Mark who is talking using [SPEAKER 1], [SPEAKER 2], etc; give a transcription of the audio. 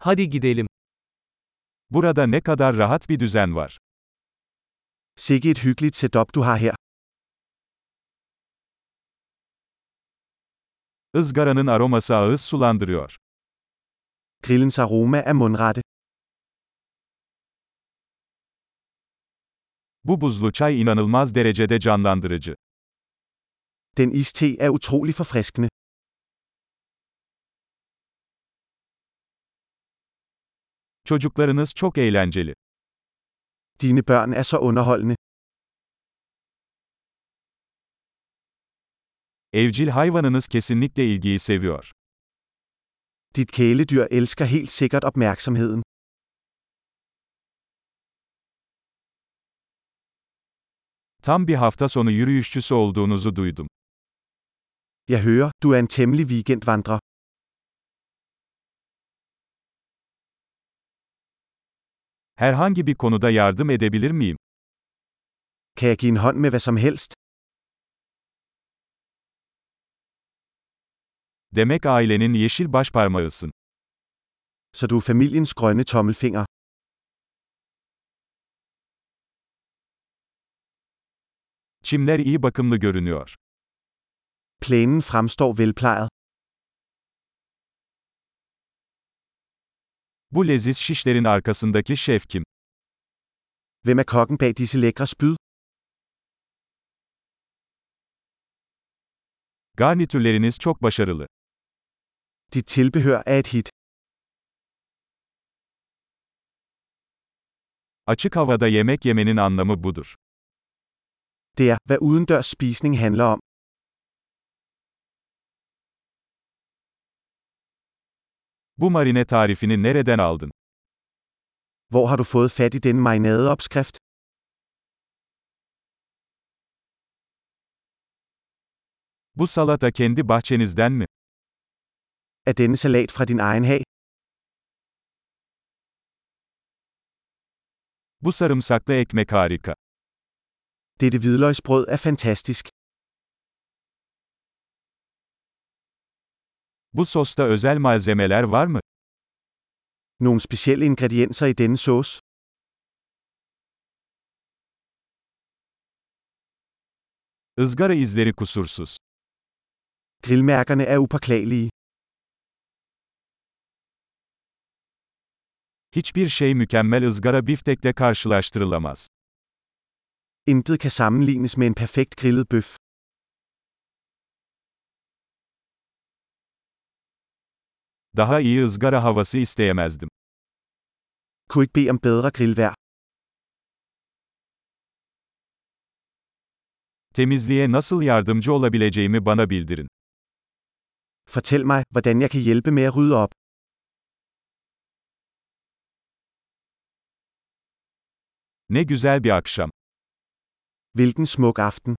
[SPEAKER 1] Hadi gidelim.
[SPEAKER 2] Burada ne kadar rahat bir düzen var.
[SPEAKER 3] Sikke et hyggeligt setup du har her.
[SPEAKER 2] Izgaranın aroması ağız sulandırıyor.
[SPEAKER 3] Grillens aroma er mundrette.
[SPEAKER 2] Bu buzlu çay inanılmaz derecede canlandırıcı.
[SPEAKER 3] Den iste er utrolig forfriskende.
[SPEAKER 2] Çocuklarınız çok eğlenceli.
[SPEAKER 3] Dine børn er så underholdende.
[SPEAKER 2] Evcil hayvanınız kesinlikle ilgiyi seviyor.
[SPEAKER 3] Dit kæledyr elsker helt sikkert opmærksomheden.
[SPEAKER 2] Tam bir hafta sonu yürüyüşçüsü olduğunuzu duydum.
[SPEAKER 3] Jeg hører, du er en temmelig weekendvandrer.
[SPEAKER 2] Herhangi bir konuda yardım edebilir miyim?
[SPEAKER 3] Kan jeg give en hånd med hvad som helst?
[SPEAKER 2] Demek ailenin yeşil başparmağısın.
[SPEAKER 3] Så du er familiens grønne tommelfinger.
[SPEAKER 2] Çimler iyi bakımlı görünüyor.
[SPEAKER 3] Plænen fremstår velplejet.
[SPEAKER 2] Bu leziz şişlerin arkasındaki şef kim?
[SPEAKER 3] Hvem er kokken bag disse lækre spyd?
[SPEAKER 2] Garnitürleriniz çok başarılı.
[SPEAKER 3] Dit tilbehør er et hit.
[SPEAKER 2] Açık havada yemek yemenin anlamı budur.
[SPEAKER 3] Det er, hvad udendørs spisning handler om.
[SPEAKER 2] Bu marine tarifini nereden aldın?
[SPEAKER 3] Hvor har du fået fat i denne marinadeopskrift?
[SPEAKER 2] Bu salata kendi bahçenizden mi?
[SPEAKER 3] Er denne salat fra din egen hag?
[SPEAKER 2] Bu sarımsaklı ekmek harika.
[SPEAKER 3] Dette hvidløgsbrød er fantastisk.
[SPEAKER 2] Bu sosta özel malzemeler var mı?
[SPEAKER 3] Nogle specielle ingredienser i denne sauce.
[SPEAKER 2] Izgara izleri kusursuz.
[SPEAKER 3] Grillmærkerne er upåklagelige.
[SPEAKER 2] Hiçbir şey mükemmel ızgara biftekle karşılaştırılamaz.
[SPEAKER 3] Intet kan sammenlignes med en perfekt grillet bøf.
[SPEAKER 2] Daha iyi ızgara havası isteyemezdim.
[SPEAKER 3] Kunne ikke bede om bedre grillvejr.
[SPEAKER 2] Temizliğe nasıl yardımcı olabileceğimi bana bildirin.
[SPEAKER 3] Fortæl mig, hvordan jeg kan hjælpe med at rydde op.
[SPEAKER 2] Ne güzel bir akşam.
[SPEAKER 3] Hvilken smuk aften.